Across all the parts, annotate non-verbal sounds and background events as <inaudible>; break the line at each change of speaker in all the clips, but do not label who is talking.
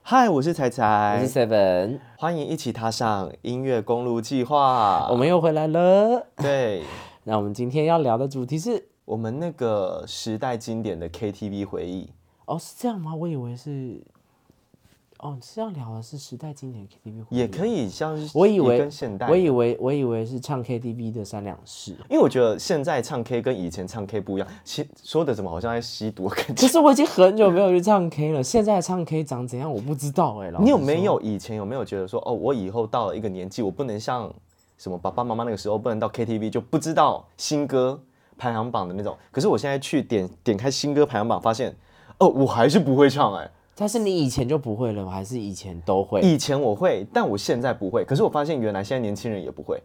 嗨，我是彩
我
彩
是，Seven，
欢迎一起踏上音乐公路计划。
我们又回来了。
对
那我们今天要聊的主题是，
我们那个时代经典的 KTV 回忆，
哦，是这样吗？我以为是，哦，是要聊的是时代经典 KTV 回忆
也可。以像是
我以为
也跟现代，
我以为我以为是唱 KTV 的三两事，
因为我觉得现在唱 K 跟以前唱 K 不一样，吸说的怎么好像在吸毒的
<laughs>
感觉。
其实我已经很久没有去唱 K 了。现在的唱 K 长怎样我不知道哎、老实
你有没
说？
有以前有没有觉得说，哦，我以后到了一个年纪，我不能像什么爸爸妈妈那个时候，不能到 KTV 就不知道新歌排行榜的那种。可是我现在去点点开新歌排行榜，发现，哦，我还是不会唱哎、
但是你以前就不会了吗？还是以前都会？
以前我会，但我现在不会。可是我发现原来现在年轻人也不会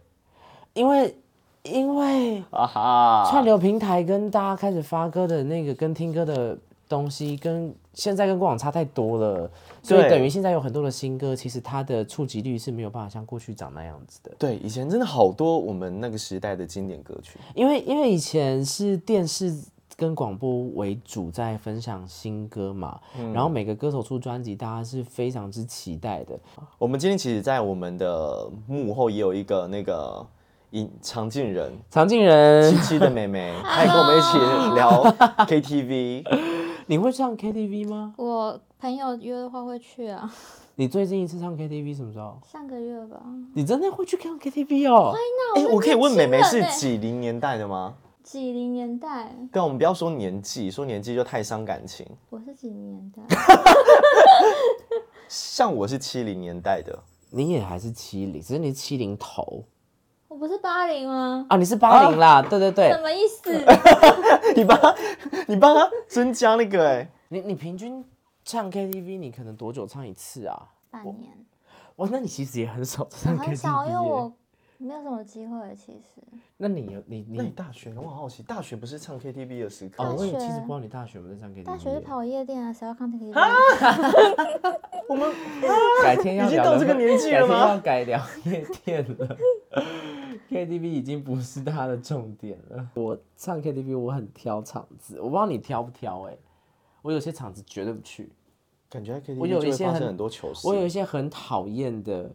因为因为
啊哈。
串流平台跟大家开始发歌的那个跟听歌的东西，跟现在跟过往差太多了，所以
对
等于现在有很多的新歌，其实它的触及率是没有办法像过去长那样子的。
对，以前真的好多我们那个时代的经典歌曲。
因为因为以前是电视跟广播为主在分享新歌嘛，
嗯
然后每个歌手出专辑，大家是非常之期待的。
我们今天其实，在我们的幕后也有一个那个影常进人，
常进人
七， <laughs> 七的妹
<laughs>
妹，她也跟我们一起聊 KTV。
你会唱 KTV 吗？
我朋友约的话会去啊， <laughs>
你最近一次唱 KTV 什么时候？
上个月吧。
你真的会去唱 KTV 哦？
哎、我可以问妹妹是
年轻人欸
几零年代的吗？
几零年代？
对啊，我们不要说年纪，说年纪就太伤感情。
我是几
<laughs>
零年代？
像我是七零年代的，
你也还是七零，只是你七零头
我不是八零吗？
啊，你是八零啦，对对
什
对，
么意思？
哎你帮她，你帮她增加那个哎、
你你平均唱 KTV 你可能多久唱一次啊？
半
<laughs>
年，
哇，那你其实也很少
我
唱 KTV，
很少，因为
耶
我没有什么机会。其实
那你有你
那你
你
大学呢，我很好奇，大学不是唱 KTV 的时刻
嗯哦，
吗？
我也
大
其
学
实不知道你大学有没有在唱 KTV，
大学
耶
是跑夜店啊，谁要看 KTV？
<laughs> 改天要
已经
聊
到
的
这个年纪了吗
改天要改聊夜店了 <laughs> ，KTV 已经不是它的重点了。我唱 KTV 我很挑场子，我不知道你挑不挑哎、我有些场子绝对不去。
感觉在 KTV
我有
就
一
会
些
发生
很
很多糗事。
我有一些很讨厌的，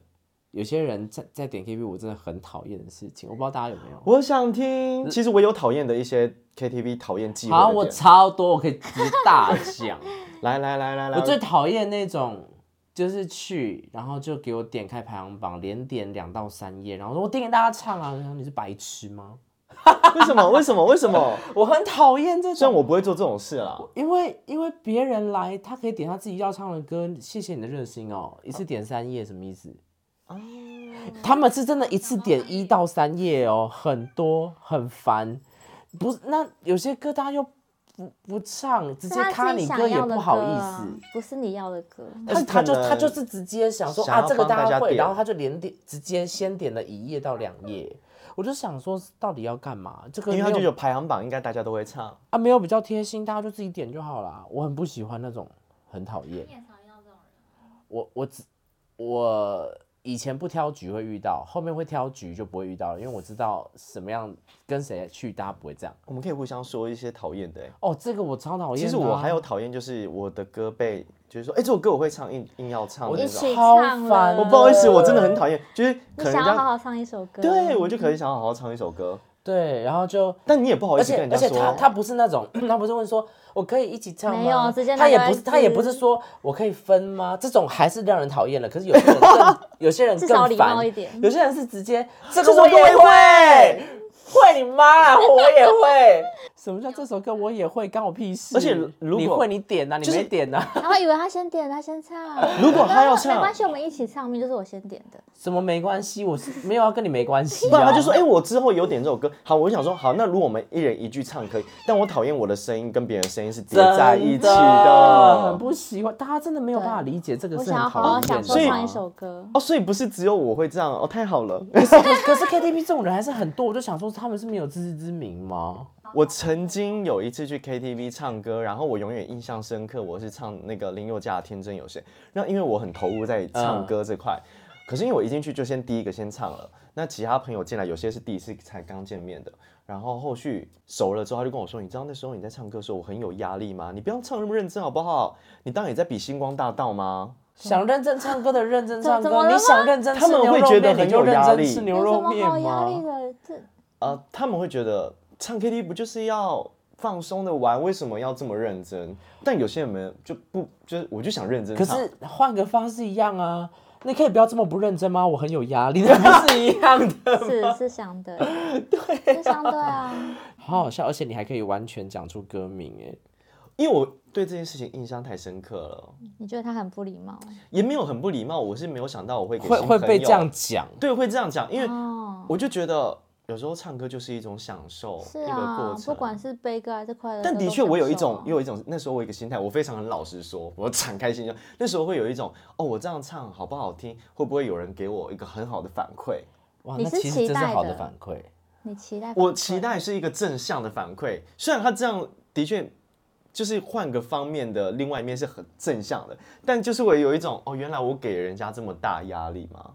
有些人在在点 KTV，我真的很讨厌的事情，我不知道大家有没有。
我想听。其实我有讨厌的一些 KTV 讨厌忌讳
嗯好，
的
我
点。
超多，我可以直接大
<laughs>
讲。
来来来来来，
我最讨厌那种，就是去，然后就给我点开排行榜，连点两到三页，然后说我点给大家唱啊，然后你是白痴吗？
为什么？为什么？为什么？
<laughs> 我很讨厌这
虽然
种，
我不会做这种事啦，
因为因为别人来，他可以点他自己要唱的歌，谢谢你的热心哦，一次点三页什么意思？
哦
他们是真的一次点一到三页哦，很多很烦，不是那有些歌大家又不不唱，直接
是
卡
他自己
你歌
想
也
要
不
的歌
好意
啊
思。，
不是你要的歌。
他
而且
他就
可能
他就是直接想说
想
啊，
要
这个
帮大
大
家
家会，
点
然后他就连点直接先点了一页到两页，我就想说到底要干嘛？这个
因为他
没有
就有排行榜，应该大家都会唱。
啊，没有比较贴心，大家就自己点就好啦。我很不喜欢那种，很讨厌。我我只我以前不挑局会遇到，后面会挑局就不会遇到了，因为我知道什么样跟谁去，大家不会这样。
我们可以互相说一些讨厌的、欸。
哦，这个我超讨厌的啊。
其实我还有讨厌，就是我的歌被，就是说，哎、这首歌我会唱，硬硬要唱
我
那
一
种。
起
好
唱
烦
了，
我不好意思，我真的很讨厌，就是
你
可能人
想要好
家
好唱一首歌。
对我就可以想要好好唱一首歌，
对，然后就
但你也不好意
而
思跟
且
人家
而且他他
说。
不是那种， <clears throat> 他不是问说我可以一起唱吗？
没有直接拿
他也
过来
不是他也
吃
不是说我可以分吗？这种还是让人讨厌了。可是有些人
<laughs>
更有些人
至
更
少礼
烦
貌一点
有些人是直接这
这
个
首
我
歌我也
也会，会你妈
<laughs>
啊，我也会。什么叫这首歌我也会，干我屁事？
而且如果
你会你点呐、你
就是
没点呐、啊，
然后以为他先点，他先唱。
如果他要
没
唱
关，系，我们一起唱，明明就是我先点的。
什么没关系，我是没有要跟你没关系、啊。
不然他就说，哎、我之后有点这首歌，好，我就想说，好，那如果我们一人一句唱可以，但我讨厌我的声音跟别人的声音是叠
哎
在一起
哎真的
的
很。不喜欢，大家真的没有办法理解这个
我
是
想要
很
好
讨
好
厌的。
享受
所以
唱一首歌。
哦，所以不是只有我会这样哦，太好了。
可可是 KTV 这种人还是很多，我就想说他们是没有自知之明
啊
吗？
我曾经有一次去 KTV 唱歌，然后我永远印象深刻，我是唱那个林宥嘉的《天真有限》。那因为我很投入在唱
嗯
歌这块，可是因为我一进去就先第一个先唱了，那其他朋友进来有些是第一次才刚见面的，然后后续熟了之后，他就跟我说：“你知道那时候你在唱歌的时候我很有压力吗？你不要唱那么认真好不好？你当然也在比星光大道吗？”
想认真唱歌的认真唱
怎怎么
歌，
了
你
吗
想认真吃
他们
牛
会
肉
觉得
面，
很
你就
有
认
压
真
力
吃牛
有什
肉
么
面
好压力
吗？
的？这
呃，他们会觉得唱 KTV 不就是要放松的玩，为什么要这么认真？但有些人们就不，就是我就想认真
可
唱。
是换个方式一样啊，你可以不要这么不认真吗？我很有压力，那不是一样的？
是是相对，
<laughs>
对，是相对啊。
<laughs> 好好笑，而且你还可以完全讲出歌名，哎，
因为我对这件事情印象太深刻了，
你觉得他很不礼貌
也没有很不礼貌，我是没有想到我会给
会
新
会
朋
被
友
这样讲。
对会这样讲，因为
哦？
我就觉得有时候唱歌就是一种享受，
是
一个过
啊，
程。
不管是悲歌还是快乐歌都
但
享受啊，
的确，我有一种，有一种，那时候我有一个心态，我非常很老实说，我敞开心胸。那时候会有一种，哦，我这样唱好不好听，会不会有人给我一个很好的反馈？
哇，
你
那
是
其实
期
这是
待
好的
的
反馈。
你期待，
我期待是一个正向的反馈。虽然他这样的确就是换个方面的，另外一面是很正向的，但就是我有一种，哦，原来我给人家这么大压力 <laughs> 吗？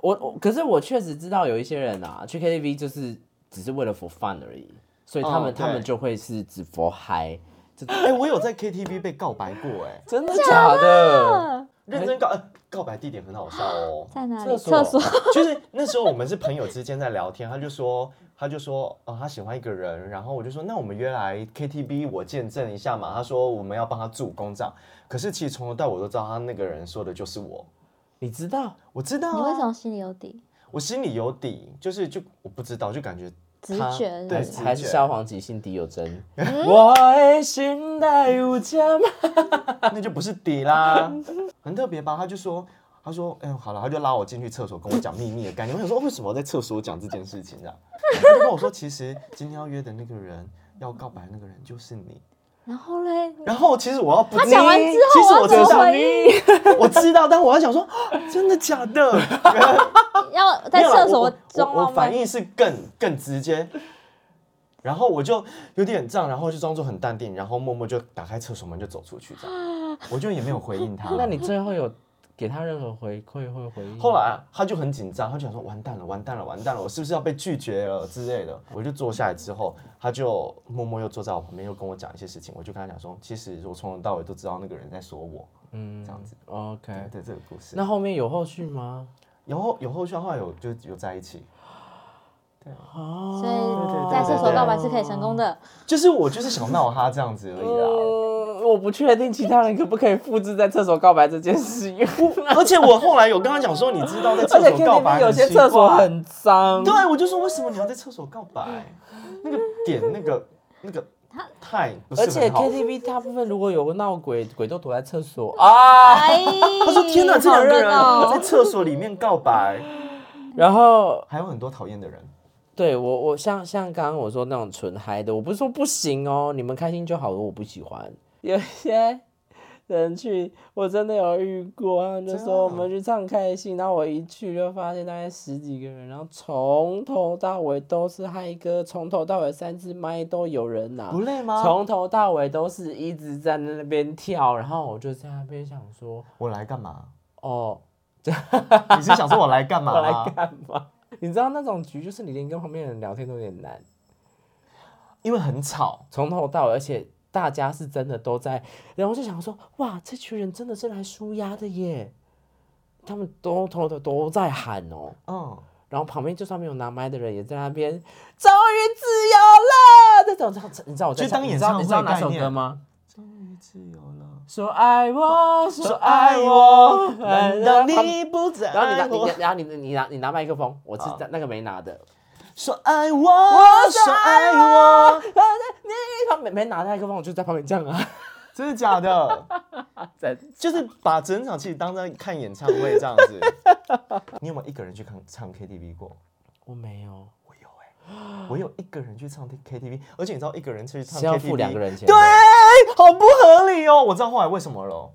我我可是我确实知道有一些人啊，去 KTV 就是只是为了 for fun 而已，所以他
哦
们、
嗯对
他们就会是只 for high，
哎、我有在 KTV 被告白过、哎，
真的假的？
啊
认真告、呃告白地点很好笑哦。
在哪
厕
里？厕
所
所，
<laughs> 啊就是那时候我们是朋友之间在聊天，他就说，他就说，哦，他喜欢一个人，然后我就说，那我们约来 KTV，我见证一下嘛。他说我们要帮他助攻这样，可是其实从头到尾都知道他那个人说的就是我，
你知道？
我知道、啊，
你为什么心里有底？
我心里有底，就是就我不知道，就感觉 <laughs>
直
他
觉
对
还
是
是
直
还是
觉
消防局心底有针？
嗯
我的心内有针。
那就不是底啦，很特别吧？他就说，他说，哎、好了，他就拉我进去厕所跟我讲秘密的概念。我想说，为什么要在厕所讲这件事情啊？ <laughs> 他就跟我说，其实今天要约的那个人，要告白的那个人就是你。
然后嘞，
然后其实我要不，他
讲完
其
之
实
后
我
我
知
要怎么
道，
回应？ <laughs>
我知道，但我要想说，啊真的假的？
要
没
在
有啦
厕所
我
装
我我
哦
浪
我反
漫，
应是更更直接，然后我就有点这样，然后就装作很淡定，然后默默就打开厕所门就走出去，这
<laughs>
样，我就也没有回应他。
那你最后有给他任何回馈或回应？
后来啊他就很紧张，他就想说完蛋了，完蛋了，完蛋了，我是不是要被拒绝了之类的？我就坐下来之后，他就默默又坐在我旁边，又跟我讲一些事情。我就跟他讲说，其实我从头到尾都知道那个人在说我，
嗯
这样子。
，OK。
对这个故事。
那后面有后续吗？
有后有后续的话有就有在一起，
哦
所以
哦对
在
对哦
厕所告白是可以成功的。
就是我就是想闹他这样子而已啊
<laughs>
啦。
嗯，我不确定其他人可不可以复制在厕所告白这件事情。 <laughs>
<laughs> 而且我后来有跟他讲说，你知道在厕
而且
所告白
KTV 有些
很奇怪
厕所很脏，
对，我就说为什么你要在厕所告白？那个点，那个那个太不是
而且
很好。
KTV 大部分如果有闹鬼，鬼都躲在厕所啊。
哎，
<laughs> 他说：“天哪，这两个
好
人
热
在
闹
厕所里面告白，
然后
还有很多讨厌的人。
对我我像像刚刚我说那种纯嗨的，我不是说不行哦，你们开心就好，我不喜欢。有些人去，我真的有遇过，他们就
真的
说我
啊
们去唱开心，然后我一去就发现大概十几个人，然后从头到尾都是嗨歌，从头到尾三支麦都有人拿，
不累吗
从头到尾都是一直在那边跳，然后我就在那边想说，
我来干嘛？
哦，
你是想说我来干嘛
<laughs> 我来
吗？
干嘛？你知道那种局，就是你连跟旁边的人聊天都有点难。
因为很吵，
从头到尾，而且大家是真的都在，然后我就想说，哇，这群人真的是来舒压的耶，他们都头头都在喊哦，
嗯，
然后旁边就算没有拿麦的人也在那边，终于自由了，这种这种你知道我在
就
唱
当
你
演
知道
唱
你知道
会
哪
概
首
念
歌吗？
终于自由了。
说爱我，说
说
爱
爱
我
我，，
难
难
道
道
你？
你不再
然后你拿
爱
你
我
拿？然后你你拿你拿麦克风，我是
好
那个没拿的，
<laughs> 说爱我，说爱我，
他没没拿麦克风，我就在旁边这样啊，
真的假的？
在
就是把整场戏当成看演唱会这样
<laughs>
子。你有没有一个人去看唱 KTV 过？
我没有，
我有哎、我有一个人去唱 KTV，而且你知道一个人去唱
是要付两个
KTV，
人钱的，
对，好不合理哦。我知道后来为什么了，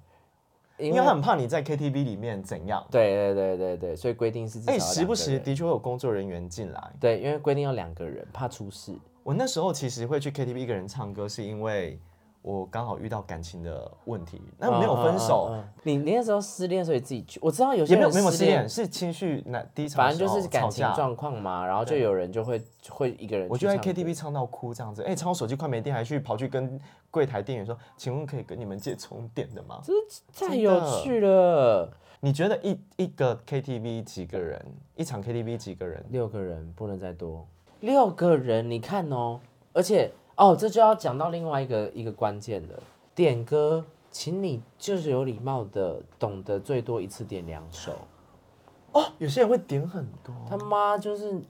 因
因为他很怕你在 KTV 里面怎样。
对对对对对，所以规定是至少
哎、
要两个人
时不时的确会有工作人员进来。
对，因为规定要两个人，怕出事。
我那时候其实会去 KTV 一个人唱歌，是因为我刚好遇到感情的问题，那没有分手，
嗯嗯嗯嗯你你那时候失恋，所以自己去。我知道有些
也没
人
有没有
失
失恋，，是情绪那低潮
反
的
正
时候，
就是感情
吵架
状况嘛，然后就有人就会会一个人去唱歌。
我就在 KTV 唱到哭这样子，哎、唱到手机快没电，还去跑去跟柜台店员说，请问可以跟你们借充电的吗？
真是太有趣了。
你觉得一一个 KTV 几个人，一场 KTV 几个人？
六个人不能再多，六个人，你看哦，而且哦，这就要讲到另外一个一个关键的点歌，请你就是有礼貌的，懂得最多一次点两首。
哦，有些人会点很多，
他妈就是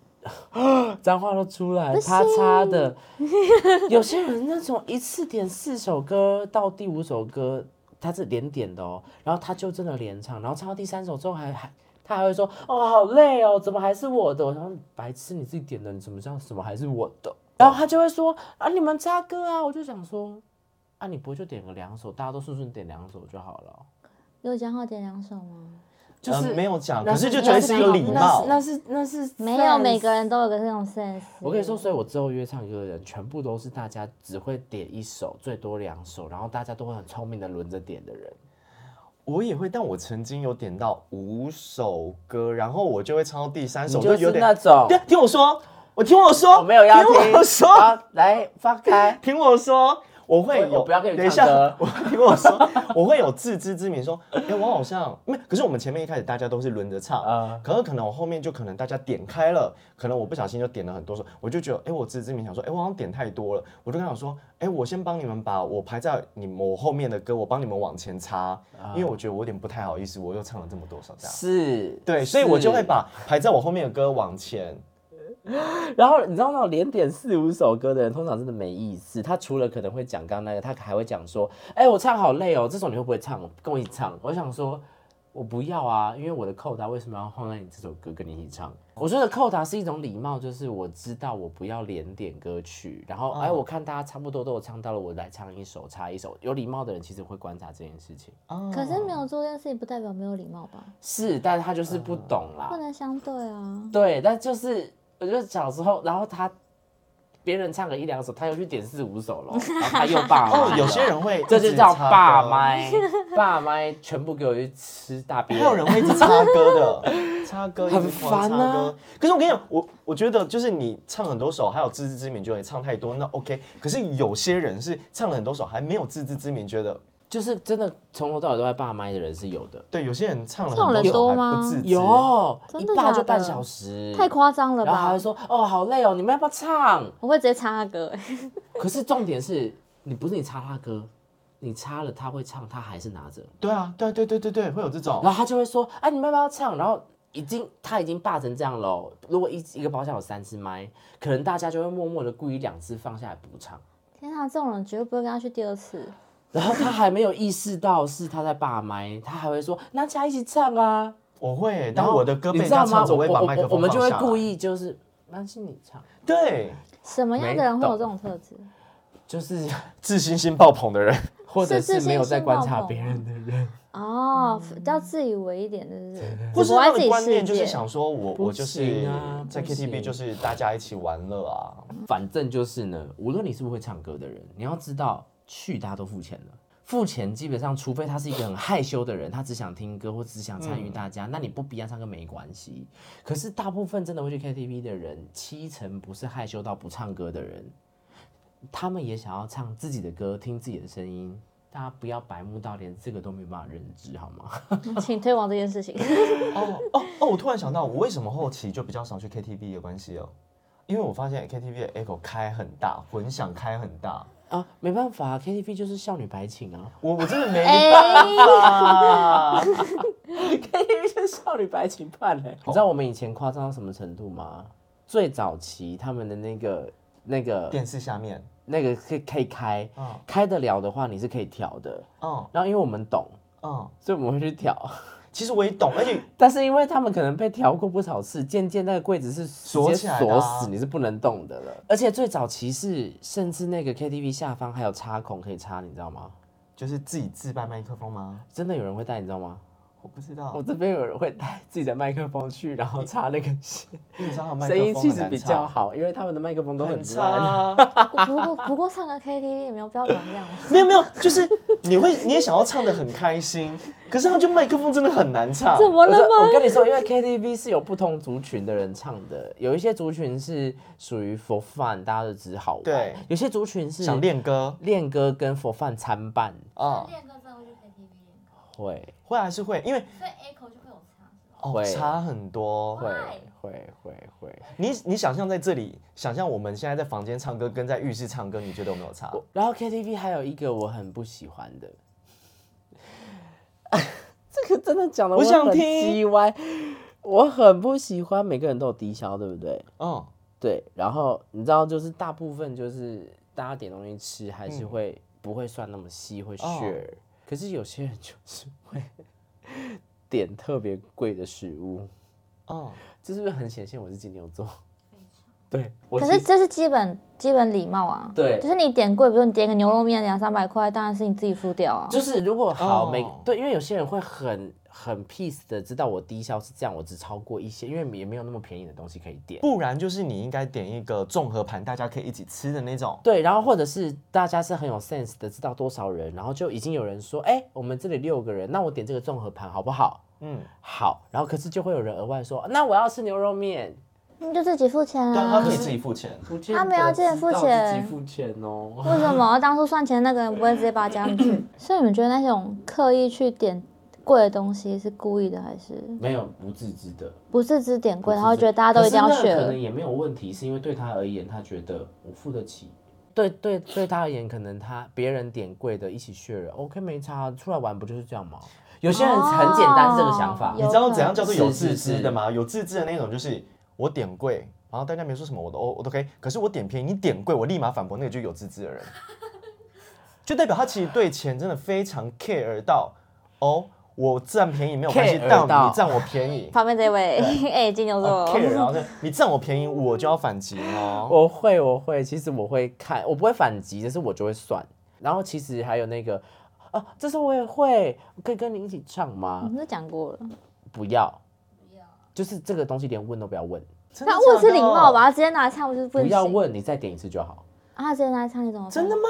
脏话都出来，啪嚓的。 <laughs> 有些人那种一次点四首歌到第五首歌，他是连点的哦，然后他就真的连唱，然后唱到第三首之后还还。他还会说：“哦，好累哦，怎么还是我的？”我想白痴，你自己点的，你怎么知道什么还是我
<laughs>
的？然后他就会说：“啊，你们插歌啊！”我就想说：“啊，你不会就点个两首，大家都顺顺点两首就好了哦。
有讲好点两首吗？
就是
呃没有讲，
那
可是就觉得是一个礼貌。
那是那是那是
没有，
sense
每个人都有个这种 sense。
我跟你说，所以我之后约唱歌的人，全部都是大家只会点一首，最多两首，然后大家都会很聪明的轮着点的人。
我也会，但我曾经有点到五首歌，然后我就会唱到第三首，
你
我
就是
有点
那种
对，听我说，我听我说，
我没有要听，啊
听我说，
好来放
<laughs>
开。
听我说，我会
我
有
不要跟你
等一
唱
下
歌，
<laughs> 我听我说，我会有自知之明，说，哎、我好像没有，可是我们前面一开始大家都是轮着唱，
啊
可是可能我后面就可能大家点开了，可能我不小心就点了很多首，我就觉得，哎、我自知之明，想说，哎、我好像点太多了，我就跟他讲说，哎、我先帮你们把我排在你们我后面的歌，我帮你们往前插，
啊
因为我觉得我有点不太好意思，我又唱了这么多
<laughs>
首这样。
是，
对，所以我就会
是。
把排在我后面的歌往前，
<laughs> 然后你知道那种连点四五首歌的人，通常真的没意思。他除了可能会讲刚刚那个，他还会讲说：“哎、我唱好累哦，这首你会不会唱？跟我一起唱。”我想说，我不要啊，因为我的扣打为什么要放在你这首歌跟你一起唱？我说的扣打是一种礼貌，就是我知道我不要连点歌曲，然后哎、我看大家差不多都有唱到了，我来唱一首，插一首。有礼貌的人其实会观察这件事情，
哦
可是没有做这件事情，不代表没有礼貌吧？
是，但是他就是不懂啦。
不能相对啊。
对，但就是我就小时候，然后他别人唱个一两首，他又去点四五首了，然后他又霸麦
哦
了，
有些人会
啊这就叫霸
爸妈。
麦，霸麦全部给我去吃大便，
哦还有人会一直插歌
<laughs>
的，插歌一直
很
狂
烦
插
啊
歌。可是我跟你讲，我我觉得就是你唱很多首，还有自知之明，觉得你唱太多，那 OK。可是有些人是唱了很多首，还没有自知之明，觉得
就是真的从头到尾都在霸麦的人是有的，
对，有些人唱了
这种
很
人
多首
多
还
吗
不自知。
有
真
一
的
霸
假
就半
的
小时，
太夸张了
然后还
吧
会！说哦好累哦，你们要不要唱？
我会直接插歌、 <laughs>
可是重点是你不是你插他歌，你插了他会唱，他还是拿着。
对啊，对对对对对，会有这种。
然后他就会说：“哎、你们要不要唱？”然后已经他已经霸成这样了哦。如果一一个包厢有三支麦，可能大家就会默默的故意两支放下来补唱。
天啊，这种人绝对不会跟他去第二次。
然后他还没有意识到是他在霸麦，他还会说：“那大家一起唱啊
我会，！”
然
当
后
我的歌被
你
人
知
家
道
唱
吗？
着，
我
我会把麦克
我
风
我们就会
放下来
故意就是，那是你唱，
对
什么样的人会有这种特质？
就是 <laughs>
自信心爆棚的人。
或者
是
是没有
信
在
心
观
爆
察
棚
别
吗
人的人。
哦，比较自以为一点，对不对？
或是
活
他
在
的
自己
观念
世
就是
界。
想说我，我
不
就是
行啊
在
不行
KTV 就是大家一起玩乐啊，
反正就是呢，无论你是不是会唱歌的人，你要知道去大家都付钱了。付钱基本上，除非他是一个很害羞的人，他只想听歌或只想参与大家，那你不逼他唱歌没关系。可是大部分真的会去 KTV 的人，七成不是害羞到不唱歌的人，他们也想要唱自己的歌，听自己的声音。大家不要白目到连这个都没办法认知，好吗？
请推广这件事情。
哦哦哦！我突然想到，我为什么后期就比较少去 KTV 的关系哦，因为我发现 KTV 的 echo 开很大，混响开很大，
啊，没办法、k t v 就是少女白情啊
我我真的没
哎
办法。
，KTV 就是少女白情欸派嘞。你知道我们以前夸张到什么程度吗？最早期他们的那个、那个、
电视下面，
那个可以可以开，
嗯
开得了的话你是可以调的。
嗯
然后因为我们懂，
嗯，
所以我们会去调。
其实我也懂，而且
但是因为他们可能被调过不少次，渐渐那个柜子是
锁
锁
起来的
锁
啊
死，你是不能动的了。而且最早期是，甚至那个 KTV 下方还有插孔可以插，你知道吗？
就是自己自带麦克风吗？
真的有人会带，你知道吗？
我不知道，
我这边有人会带自己的麦克风去，然后插那个线，
你知道麦克
声音
风
气
很
质
难
比
唱
较好，因为他们的麦克风都很
很差
烂。
啊。
不过不过唱歌 KTV 也没有标准啊这样。
没有没有，就是你会你也想要唱的很开心，可是他就麦克风真的很难唱。
怎么
我
了
说我
吗？
跟你说，因为 KTV 是有不同族群的人唱的，有一些族群是属于 for fun，大家都只是好玩；
对
有些族群是
想练歌
练歌跟 for fun 参半，
啊、
练歌真的会去 KTV 练歌，
会
会还是会，因为
所以 echo 就会有差，是吧？
哦
会
差很多。
会会会会。
你你想象在这里，想象我们现在在房间唱歌跟在浴室唱歌，你觉得有没有差？
然后 KTV 还有一个我很不喜欢的， <laughs> 这个真的讲的
我想听
叽歪，我很不喜欢每个人都有低消，对不对？
嗯，
对，然后你知道，就是大部分就是大家点东西吃，还是会、不会算那么细，会 share、可是有些人就是会 <laughs> 点特别贵的食物，
哦、
这是不是很显现我是金牛座？对，我
可是
其实
这是基本基本礼貌啊。
对
就是你点贵，比如你点个牛肉面两三百块，当然是你自己付掉啊。
就是如果好
哦
每、对，因为有些人会很很 peace 的知道我低消是这样，我只超过一些，因为也没有那么便宜的东西可以点。
不然就是你应该点一个综合盘，大家可以一起吃的那种。
对，然后或者是大家是很有 sense 的，知道多少人，然后就已经有人说，哎、我们这里六个人，那我点这个综合盘好不好？
嗯，
好，然后可是就会有人额外说，那我要吃牛肉面，
你就自己付钱
嗯
对啊，他
啊
可。以自己付钱。
他没有见付钱
付钱哦。
<laughs> 为什么当初算钱那个人不会直接把它加进 <coughs> 去？所以你们觉得那种刻意去点贵的东西是故意的，还是
<laughs> 没有不自知
<laughs>
的，
不是只点贵，
不自知
然后觉得大家都一定要
可是那
学
可能也没有问题，是因为对他而言，他觉得我付得起。对对，对他而言，可能他别人点贵的一起 share OK 没差，啊出来玩不就是这样吗？有些人很简单是这个想法，
哦
你
有
知道怎样叫做有
是
自
是
知的吗？有自知的那种就是我点贵，然后大家没说什么，我都我都 OK。可是我点便宜，你点贵，我立马反驳那个就是有自知
<laughs>
的人，就代表他其实对钱真的非常 care 到哦，我占便宜没有关系，
care
但
到
你占我便宜。
旁边这位， <laughs> 哎，金牛
啊
座
care，然后呢你占我便宜，我就要反击哦。
我会，我会，其实我会看，我不会反击，但是我就会算。然后其实还有那个，啊，这首我也会，可以跟你一起唱
我
吗？
们都讲过了。
不要，
不要，
就是这个东西连问都不要问，
真的
那问
假
是
的
礼貌吧，他直接拿来唱不就是
不
不行？
要问，你再点一次就好。
啊，他直接拿来唱你怎么办？
真的吗？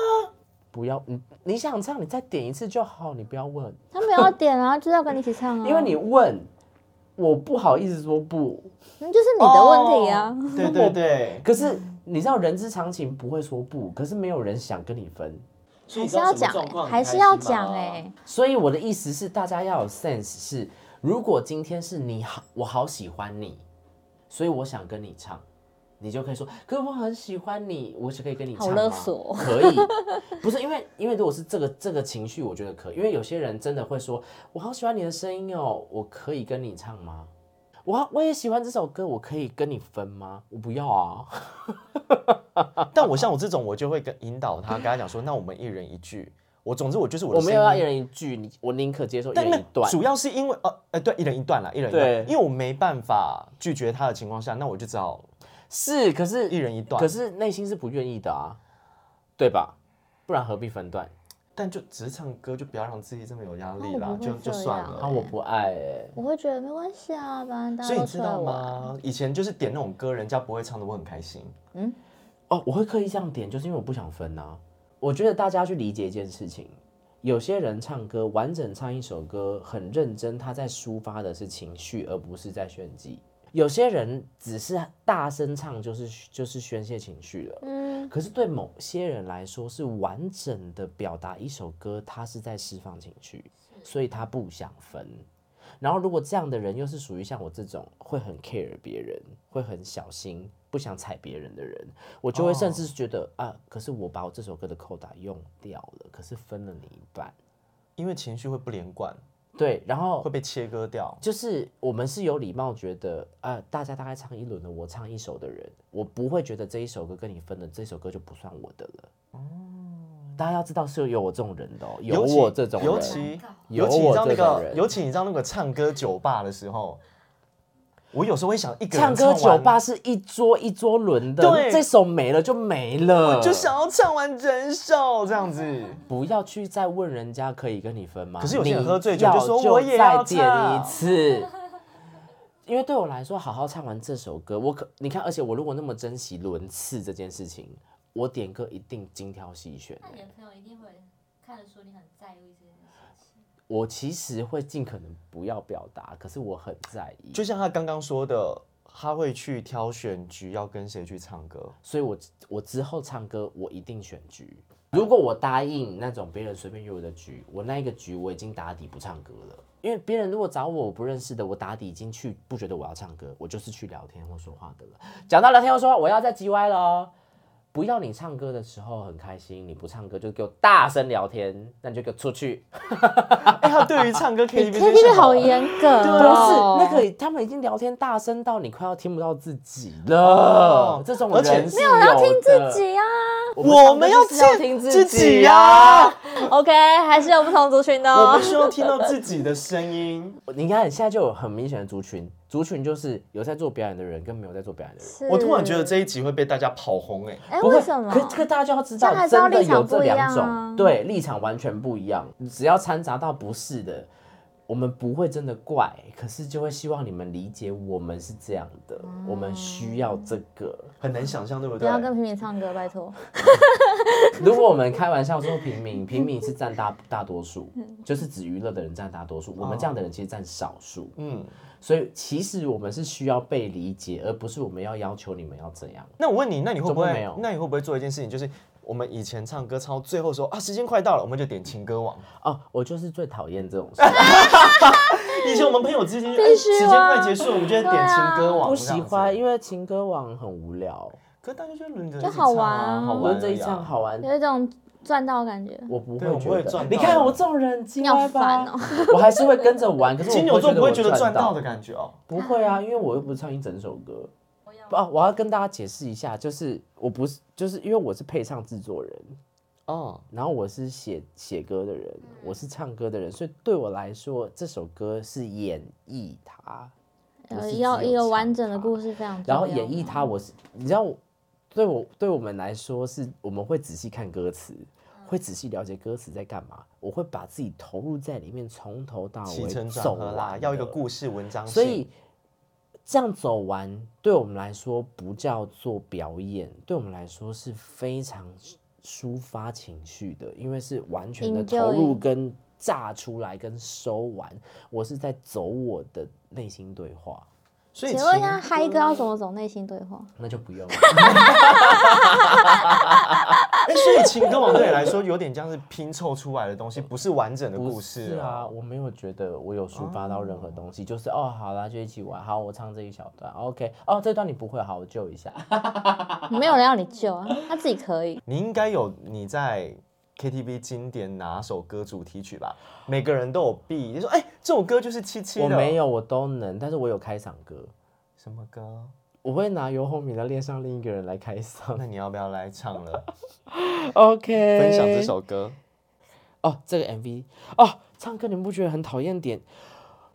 不要，你你想唱，你再点一次就好，你不要问，
他没有点啊，就是要跟你一起唱啊。
因为你问，我不好意思说不。
嗯就是你的问题啊。
哦对对对，
可是你知道，人之常情不会说不，可是没有人想跟你分。
还是要讲、欸，还是要讲哎、
所以我的意思是，大家要有 sense，是如果今天是你好，我好喜欢你，所以我想跟你唱，你就可以说，可是我很喜欢你，我是可以跟你唱
好
吗
勒索
可以，不是因为因为如果是这个这个情绪，我觉得可以，因为有些人真的会说，我好喜欢你的声音哦，我可以跟你唱吗？我好我也喜欢这首歌，我可以跟你分吗？我不要啊，
啊但我像我这种，我就会跟引导他，跟他讲说，那我们一人一句。我总之我就是我的
我
声
没
音
有要一人一句，你我宁可接受一
但
人
那
一段。
主要是因为呃呃，对，一人一段啦，一人一段，
对
因为我没办法拒绝他的情况下，那我就只好
是，可是
一人一段。
可，是内心是不愿意的啊，对吧？不然何必分段？
但就只是唱歌，就不要让自己这么有压力
啊
啦
我，不会
就就算
这
啊，
了
样。
我不爱欸
我会觉得没关系啊，反正大
所
家
以
都
你知
出来
道
玩。
吗？以前就是点那种歌，人家不会唱的，我很开心。
哦，我会刻意这样点，就是因为我不想分啊。我觉得大家去理解一件事情，有些人唱歌完整唱一首歌很认真，他在抒发的是情绪，而不是在炫技。有些人只是大声唱就是就是宣泄情绪了。
嗯，
可是对某些人来说，是完整的表达一首歌，他是在释放情绪，所以他不想分。然后如果这样的人又是属于像我这种会很 care 别人，会很小心，不想踩别人的人，我就会甚至是觉得、啊，可是我把我这首歌的扣打用掉了，可是分了你一半，
因为情绪会不连贯，
对，然后
会被切割掉。
就是我们是有礼貌，觉得啊，大家大概唱一轮的，我唱一首的人，我不会觉得这一首歌跟你分了，这首歌就不算我的了。
哦
大家要知道是有我这种人的、哦，有
尤其
我这种人，
尤其
有
尤其你知道那
我这种
个，
人
尤其你知道那个唱歌酒吧的时候，我有时候会想一个人
唱歌
唱完
酒吧是一桌一桌轮的，
对
这首没了就没了，
就想要唱完整首这样子。
不要去再问人家可以跟你分吗？
可是有些人
你
喝醉酒就说
要
我也
再
要
点一
唱
次。 <laughs> 因为对我来说，好好唱完这首歌，我可你看，而且我如果那么珍惜轮次这件事情，我点歌一定精挑细选、
那你的朋友一定会看得出你很在意这件事情。
我其实会尽可能不要表达，可是我很在意，
就像他刚刚说的，他会去挑选局要跟谁去唱歌。
所以我我之后唱歌我一定选局。如果我答应那种别人随便约我的局，我那一个局我已经打底不唱歌了，因为别人如果找我我不认识的，我打底已经去不觉得我要唱歌，我就是去聊天或说话的了。讲到聊天或说话，我要再 G Y 了哦。不要你唱歌的时候很开心，你不唱歌就给我大声聊天，那你就给我出去。
哎、他对于唱歌 KTV 真
KTV
是
好严格
啊
不是
哦，
啊那个，他们已经聊天大声到你快要听不到自己了。这种
哦而且
人是有人要听
自己啊。
我们要
就是要听
自己
呀、
呀、
OK，还是有不同族群的
我
哦
们。需要听到自己的声音。
你看，现在就有很明显的族群，族群就是有在做表演的人跟没有在做表演的人。
是
我突然觉得，这一集会被大家跑红哎、
哎，
不会
为什么
可？可大家就要知
这
道
样，还是要
真的
立场
有这两
不
种，
一样啊
对立场完全不一样。只要掺杂到不是的，我们不会真的怪，可是就会希望你们理解，我们是这样的，我们需要这个。
很难想象对不
不
对？
嗯啊要跟平民唱歌，拜托。
如果我们开玩笑说平民，平民是占大大多数，就是指娱乐的人占大多数，我们这样的人其实占少数。
嗯，
所以其实我们是需要被理解，而不是我们要要求你们要怎样。
那我问你，那你会不
嗯怎么没
会
有？
那你会不会做一件事情，就是我们以前唱歌唱到最后说啊，时间快到了，我们就点情歌
<laughs>
王。
哦，我就是最讨厌这种事，
以前我们朋友之间，哎
必须啊
时间快结束了，我们就会点情歌王。
不喜欢，
这样子，
因为情歌网很无聊，
可是大家就轮着一起
就好玩
唱啊
啊
好玩
轮着一唱
而已啊。
好玩。
有一种赚到的感觉。
我不
对我
会
不
觉
会赚
得，
到
你看我这种人，
你
你
好烦哦！
我还是会跟着玩，可是我
金牛座不会觉得
我
赚到的，感觉哦。
不会啊，因为我又不是唱一整首歌。
我要
不、啊，我要跟大家解释一下，就是我不是，就是因为我是配唱制作人，
哦，
然后我是写写歌的人，我是唱歌的人，所以对我来说，这首歌是演绎它，不
呃
是
要
只有
一个完整的
唱它
故事非常重要。
然后演绎它，我是你知道我，对我对我们来说是，我们会仔细看歌词，会仔细了解歌词在干嘛，我会把自己投入在里面，从头到
起
尾
承转
走
合啦，
完
要一个
的
故事文章性。
所以这样走完，对我们来说不叫做表演，对我们来说是非常抒发情绪的，因为是完全的
Enjoy
投入跟炸出来跟收完，我是在走我的内心对话，
所以
请
情
问一下，嗨歌要怎么走内心对话？
那就不用了。
哎、所以情歌王对你来说有点像是拼凑出来的东西，不是完整的
不
故
是
事哦了
啊，。我没有觉得我有抒发到任何东西，就是哦，好啦，就一起玩，好，我唱这一小段，OK，哦，这段你不会，好，我救一下。
没有人要你救啊，他自己可以。
你应该有你在 KTV 经典哪首歌主题曲吧？每个人都有必你说，哎、这首歌就是七七的。哦
我没有，我都能，但是我有开嗓歌，
什么歌，
我会拿游鸿明的恋上另一个人来开嗓。
那你要不要来唱了？ <laughs>
<laughs> OK，
分享这首歌。
哦，这个 MV 哦，唱歌你们不觉得很讨厌点？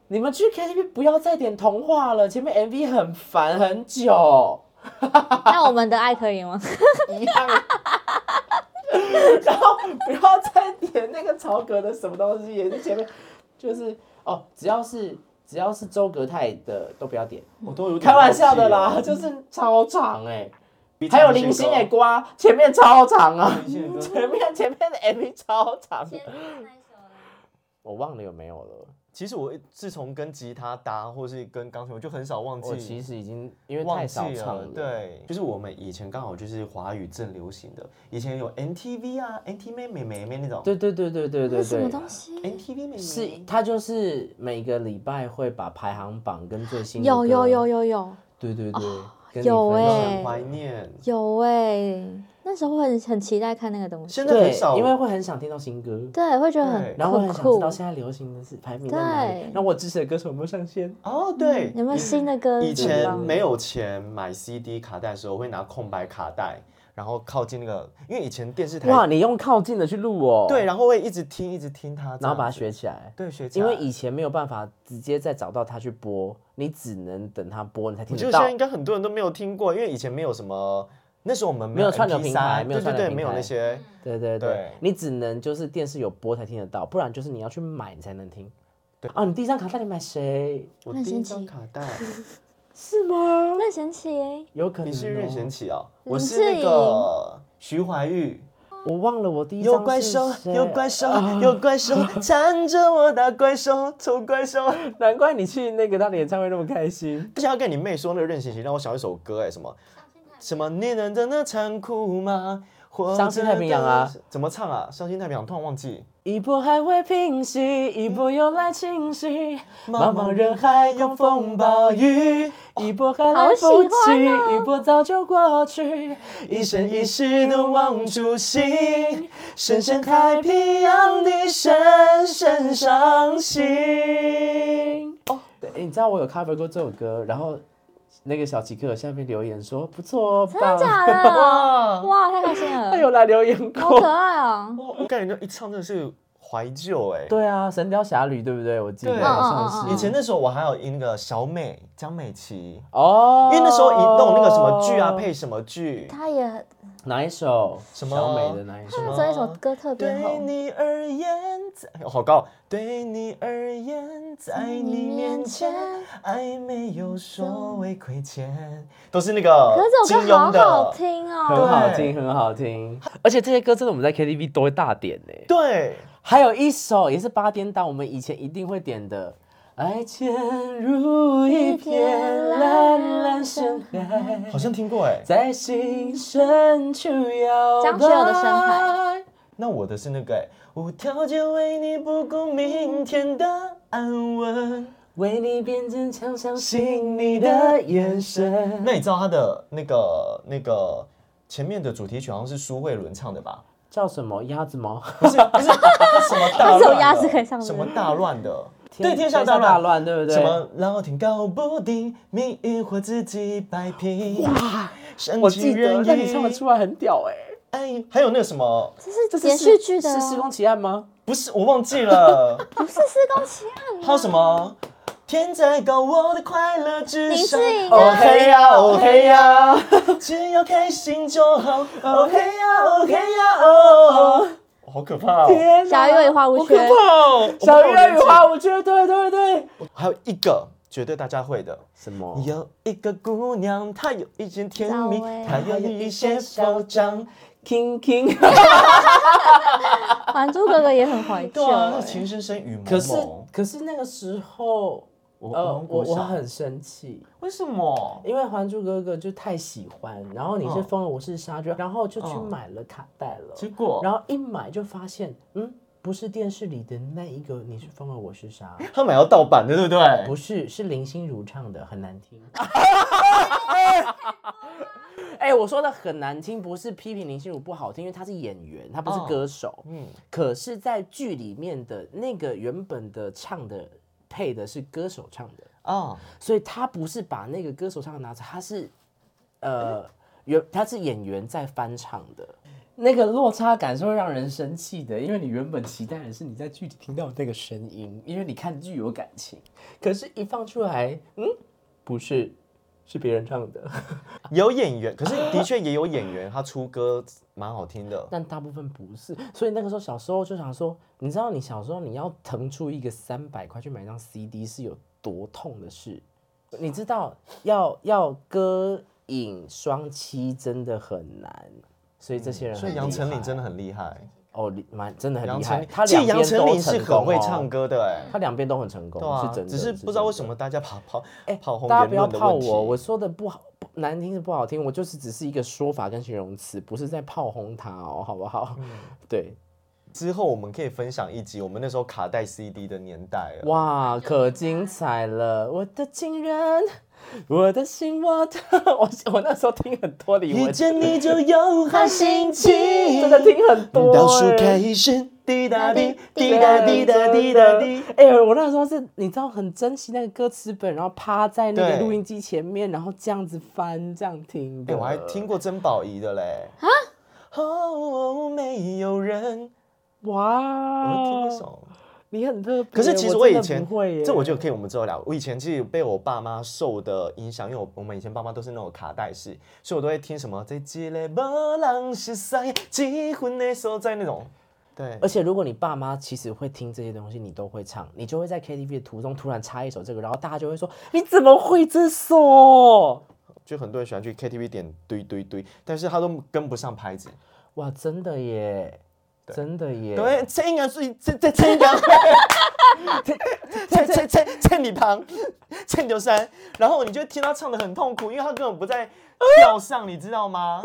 你们去 KTV 不要再点童话了，前面 MV 很烦很久，
那我们的爱可以吗？
一样。然后不要再点那个曹格的什么东西，也是前面就是哦，只要是只要是周格泰的都不要点，
我都有点
开玩笑的
忘记
啦，
了。
就是超长哎、
比起
还有
那些
零星
歌
哎、瓜，前面超长啊，
林心的歌
前面前面的 MV 超长的
先，那一首啦，
我忘了有没有了。
其实我自从跟吉他搭，或是跟钢琴，我就很少忘记。
我其实已经因为
忘
太
记
少唱了，，
对，就是我们以前刚好就是华语正流行的，以前有 NTV 啊，NT 妹妹妹妹那种，
对对对对对对
什么
对，
东西？
，NTV 妹妹
是他就是每个礼拜会把排行榜跟最新的
有有
歌
有，有有
对对对，跟你
有
分
欸
都
享
很怀念。
有哎，那时候会很很期待看那个东西
现，在很少，
对，因为会很想听到新歌，
对，会觉得
对
很
然后会
很
很想知
酷
道。现在流行的是排名在哪里
对，
然后我支持的歌手有没有上线？
哦，对，
有没有新的歌？
以前没有钱买 CD 卡带的时候，会拿空白卡带，然后靠近那个，因为以前电视台
哇，你用靠近的去录哦，
对，，然后会一直听，一直听它，
然后
这
把它
样子
学起来。
对学起
因
来，
为以前没有办法直接再找到它去播，你只能等它播，你才听
我觉得
得
现
到
在。应该很多人都没有听过，因为以前没有什么，那时候我们
没有串流
MP3
平台没有
对对
串流
对，
平
没有
台
那些，
嗯
对对对，
对
你只能就是电视有播才听得到，不然就是你要去买你才能听。
对
啊，你第一张卡带你买谁？
我
任
第一
贤
张
齐
卡
<laughs>
带，
是吗？
任贤齐，
有可能、哦
你是任贤
齐？
齐
<laughs>
啊，我
林
是
志
那个徐怀钰。
我忘了我第一张
有怪
是
兽，
谁啊
有怪兽，有怪兽，缠着我打怪兽，丑怪兽。
难怪你去那个他的演唱会那么开心。
之前要跟你妹说那个任贤齐，让我想一首歌，哎，什么什么？你能真的残酷吗？活
伤心
着
太平洋
的
啊？
怎么唱啊？伤心太平洋，突然忘记。
一波还未平息，一波又来侵袭，
茫
茫
茫
茫
人
人
海
海
有
有
风
风
暴
暴雨。
雨，
一波还来
好
不
喜欢哦
及，一波早就过去，
一
一
生
生
一
一世
世都望初心，深深太平洋的深深伤心。
哦，对，诶你知道我有 cover 过这首歌，然后那个小奇克下面留言说不错
真的
吧，<laughs>
假的？哇，太开心了
他，有来留言
好可
过。
爱哦！
我我感觉就一唱真的是怀旧哎。
对啊，《神雕侠侣》对不对？我记得
对
好像
嗯嗯嗯
是
以前那时候我还有那个小美江美琪，
哦
因，为那时候一弄那个什么剧啊，配什么剧，
他也
哪一首？
什么
小美的哪一首
什？么
这一首歌特别
对
红，
你而言，在哎呦好高，对你而言，在你面前，爱没有所谓亏欠，都是那个
可是
金
这首歌
庸的，
好好听
很
哦。
好听，很好听，而且这些歌真的我们在 KTV 都会大点呢。
对，
还有一首也是八点档，我们以前一定会点的，《爱潜入一片蓝蓝深海
好》，像听过哎。
在心深处摇摆。
张学友的深海
那我的是那个哎，无条件为你不顾明天的安稳。
为你变坚强，相信你的眼神。
那你知道他的那个那个前面的主题曲好像是苏慧伦唱的吧？
叫什么鸭子吗？
不
<laughs>
是不是什么大
他只有
乱的
鸭子可以唱歌
什么大乱的？对，天下大
大
乱。
乱，对不对？
什么老天搞不定，命运或自己摆平。哇，
我记得，
那
但你唱得出来很屌哎、
哎，还有那个什么，
这
这
是
是
连续剧的
是
哦，
《施工奇案》吗？
不是我忘记
<laughs>
了，
不是施工奇案
还有什么？天在搞我的快乐至
林
上。
志颖
哦
啊
嘿呀，哦
<laughs>
嘿呀，只要开心就好。哦嘿呀，哦嘿呀，哦，好可怕哦！
天哪
小鱼儿与花无
好可
缺
怕哦小鱼儿与花
我
无缺，对对对。
还有一个绝对大家会的。
什么
有一个姑娘，她有一些甜
赵
蜜
薇，
她有一些嚣张。
？King King。 <laughs>
《还珠格格》也很怀旧
对啊，
哎。
情深深雨蒙蒙。
可是可是那个时候，
我
呃，
蒙
我
古
我
小
很生气，
为什么？
因为《还珠格格》就太喜欢，然后你是疯了，我是沙丘，然后就去买了卡带了，
结果
然后一买就发现，嗯，不是电视里的那一个，你是疯了，我是沙，
他买到盗版的，对不对？
不是，是林心如唱的，很难听。哎、我说的很难听，不是批评林心如不好听，因为她是演员，她不是
哦
歌手。
嗯，
可是，在剧里面的那个原本的唱的配的是歌手唱的，
啊，
所以他不是把那个歌手唱的拿走，他是呃原他是演员在翻唱的，那个落差感是会让人生气的，因为你原本期待的是你在剧里听到的那个声音，因为你看剧有感情，可是一放出来，嗯，不是。是别人唱的，
有演员，可是的确也有演员，他出歌蛮好听的。
但大部分不是，所以那个时候小时候就想说，你知道你小时候你要腾出一个三百块去买一张 CD 是有多痛的事，你知道要要歌影双栖真的很难，所以这些人
嗯
很
所以
厉
杨丞琳
害
真的很厉害，
哦，厉蛮真的很
杨
厉
丞
害
琳，，
他
其实
两
杨
边
丞
都
琳是
成
很
功
会
哦
唱，歌的，哎，
他两边都很成功，
对啊
是真，的，
只是不知道为什
么。
么大家跑跑
哎
跑红
大家
言
不要
论的
泡
问
我，我
题。
说的不好不难听是不好听，我就是只是一个说法跟形容词，不是在炮轰他哦，好不好？
嗯
对，
之后我们可以分享一集我们那时候卡带 CD 的年代了。
哇，可精彩了！我的情人，我的心，我的 <laughs> 我我那时候听很多李
遇
玟，
见你就有好心情，
真的听很多、欸。
倒数开始，滴答滴，滴答滴答滴答滴。
哎、我那时候是你知道很珍惜那个歌词本，然后趴在那个
对
录音机前面，然后这样子翻，这样听
哎、
的。
我还听过曾宝仪的嘞。啊？哦，没有人，我
哇，
会听一首。
你很特别。
可是其实
我真
以
的
前
不会耶，
哎这我就可以我们之后聊。我以前其实被我爸妈受的影响，因为我我们以前爸妈都是那种卡带式，所以我都会听什么在一个无人识在结婚的所在那种。对，
而且如果你爸妈其实会听这些东西，你都会唱，你就会在 KTV 的途中突然插一首这个，然后大家就会说你怎么会这首？
就很多人喜欢去 KTV 点堆堆堆，但是他都跟不上拍子。
哇，真的耶，真的耶。
对，这应该是这这这应该 <laughs> 会，这这这这你旁，这刘山，然后你就听他唱的很痛苦，因为他根本不在调上，你知道吗？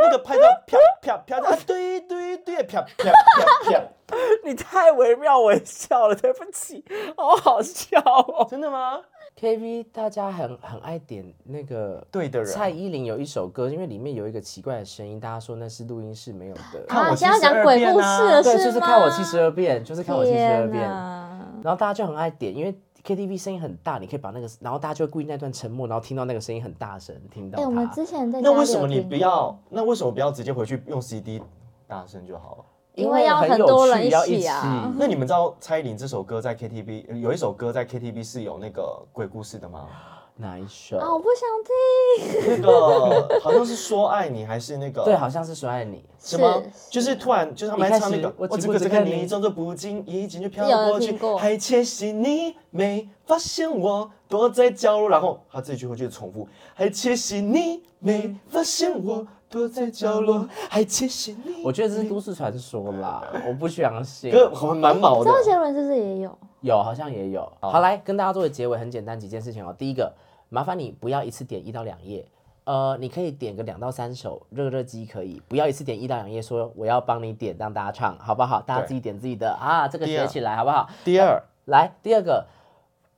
那个拍照啪啪啪的，啊对对对，啪啪啪啪，
<laughs> 你太惟妙惟肖了，对不起，好好笑哦。
真的吗？
KV 大家很很爱点那个
对的人
蔡依林有一首歌，因为里面有一个奇怪的声音，大家说那是录音室没有的。
看我
啊，现在讲
72
鬼
遍
故
啊
事了
对，就是是
吗？
看我七十二变，就是看我七十二
天
变，
哪！
然后大家就很爱点，因为 KTV 声音很大，你可以把那个，然后大家就会故意那段沉默，然后听到那个声音很大声，听到
哎，我们
它
之前在
那
家
为
里
什
有
么你
听
不
过
要？那为什么不要直接回去用 CD 大声就好了？
因
因为要
很
很
有
多
趣
人一
要
起啊
那你们知道蔡依林这首歌在 KTV 呃有一首歌在 KTV 是有那个鬼故事的
<laughs>
吗？
哪一首？
啊？我不想听。
那个好像是说爱你还是那个
对，啊好像是说爱你。
什么？
是
就是突然，就是他
一
们
开
在唱那
始
个，
我只
只
顾
顾
着
着看
看你
你，装作不经意，间就飘
有
过去
听过，
还窃喜你没发现我躲在角落。然后他这一句会就是重复，还窃喜你没发现我躲在角落，还窃喜你。
我觉得这是都市传说
<laughs>
啦，我不相信。
歌还蛮毛的
周，杰伦是不是也有？
有，好像也有。好，来跟大家做个结尾，很简单几件事情哦。第一个，麻烦你不要一次点一到两页，呃，你可以点个两到三首，热热机可以，不要一次点一到两页，说我要帮你点让大家唱，好不好？大家
对
自己点自己的啊，这个
第
学
二
起来好不好？
第二，
来，第二个，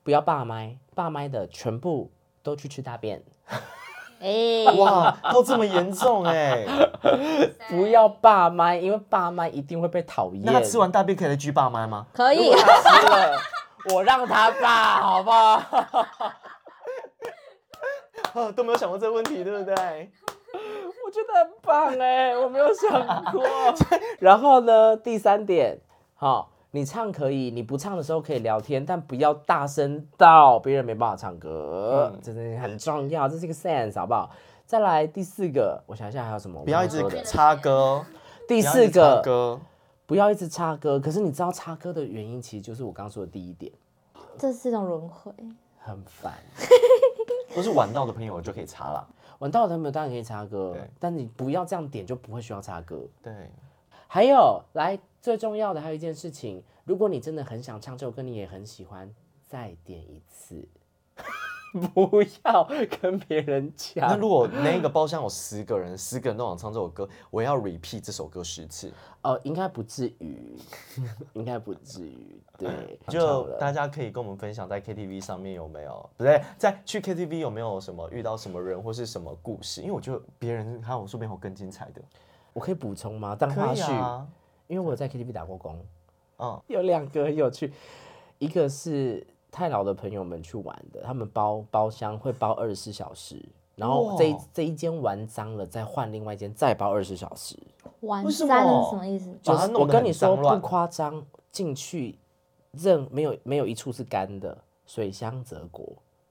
不要霸麦，霸麦的全部都去吃大便，
哎，
哇，都这么严重哎、
不要霸麦，因为霸麦一定会被讨厌。
那他吃完大便可以来举爸妈吗？
可以。
吃了，我让他霸，好不好？
啊，都没有想过这个问题，对不对？
我觉得很棒哎、我没有想
<laughs>
过。然后呢，第三点，好、你唱可以，你不唱的时候可以聊天，但不要大声到别人没办法唱歌，
嗯
这真的很重要，这是一个 sense，好不还有再来第四个，我想一下还有什么？
不要一
我
直
刚刚说的
插歌，哦不要
第
一
四
直插
个，
歌，
不要一直插歌。可是你知道插歌的原因，其实就是我刚说的第一点，
这是一种轮回。
很烦。
都是玩到的朋友我就可以插了。
玩到的朋友当然可以插歌
对，
但你不要这样点，就不会需要插歌。
对。
还有，来最重要的还有一件事情，如果你真的很想唱这首歌，你也很喜欢，再点一次， <laughs> 不要跟别人
那
抢
如。果那个包厢有十个人，十个人都想唱这首歌，我要 repeat 这首歌十次，
哦、应该不至于，应该不至于。对，
<laughs> 就
唱了
大家可以跟我们分享在 KTV 上面有没有，不对，在去 KTV 有没有什么遇到什么人或是什么故事？因为我觉得别人还有说不定有更精彩的，
我可以补充吗？当花
可以
絮，
啊，
因为我有在 KTV 打过工，
嗯，
有两个很有趣，一个是太老的朋友们去玩的，他们包包厢会包二十四小时，然后这一
哇
这一间玩脏了，再换另外一间再包二十小时。
完
为什
蛋了
么
是什么意思？
把
就
它
是
弄
我
得
跟
很
你说
脏乱
不夸张，进去任没有没有一处是干的，水乡泽国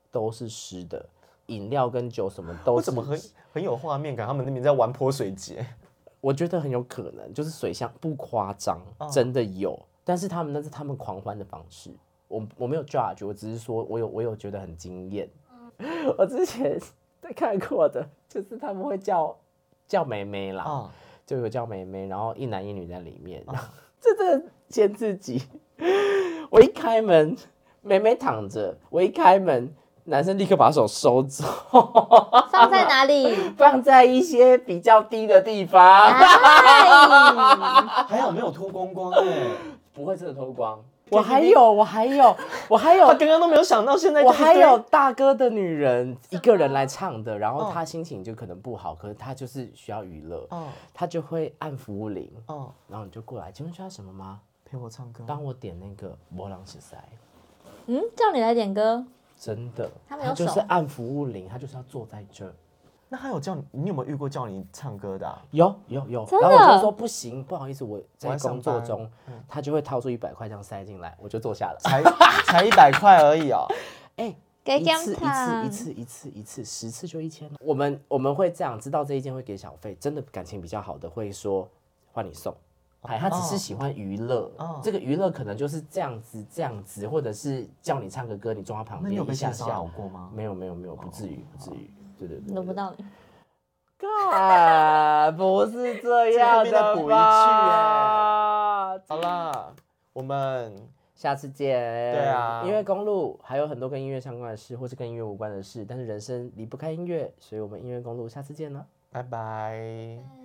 都是湿的，饮料跟酒什么都
我
是
怎么很很有画面感？他们那边在玩泼水节，
我觉得很有可能就是水乡不夸张，
嗯
真的有，但是他们那是他们狂欢的方式。我我没有 judge，我只是说我有我有觉得很惊艳。 <laughs> 我之前在看过的，就是他们会叫叫妹妹啦，
啊，
就有叫妹妹，然后一男一女在里面， <laughs> 这真的先自己。我一开门，妹妹躺着，我一开门，男生立刻把手收走，
放在哪里？
放在一些比较低的地方，
哎，
<laughs> 还好没有脱光光哎、 <laughs>
不会真的偷光。我还有，我还有，我还
他
有，
刚刚都没有想到现在，
我还有，大哥的女人一个人来唱的，然后她心情就可能不好，可是她就是需要娱乐，
哦
她就会按服务铃，
哦，
然后你就过来，请问需要什么吗？
陪我唱歌。
当我点那个《波浪之塞》，
嗯，叫你来点歌，
真的，
他没有
就是
手
按服务铃，他就是要坐在这儿。
那还有叫你，你有没有遇过叫你唱歌的、啊？
有有有，
真
然后我就
的
说不行，不好意思，我在
在上
工作
班
中，他就会掏出一百块这样塞进来，我就坐下了。
才才一百块而
<laughs>
已哦。
哎、
给
一
姜
次一次
糖
一次一次一次十次就一千了。我们我们会这样，知道这一件会给小费，真的感情比较好的会说换你送。哎，他只是喜欢娱乐，
哦
这个娱乐可能就是这样子这样子，或者是叫你唱个歌，你坐他旁
那你有
边
被
一下
性骚
下
扰。过吗？哦
没有没有没有，不至于不至于，对对对。
轮不到你。
啊，不是这样
这个
的
后面再补一句
吧？
好啦，我们
下次见。
对啊
因为公路还有很多跟音乐相关的事，或是跟音乐无关的事，但是人生离不开音乐，所以我们音乐公路下次见了。
拜拜。
嗯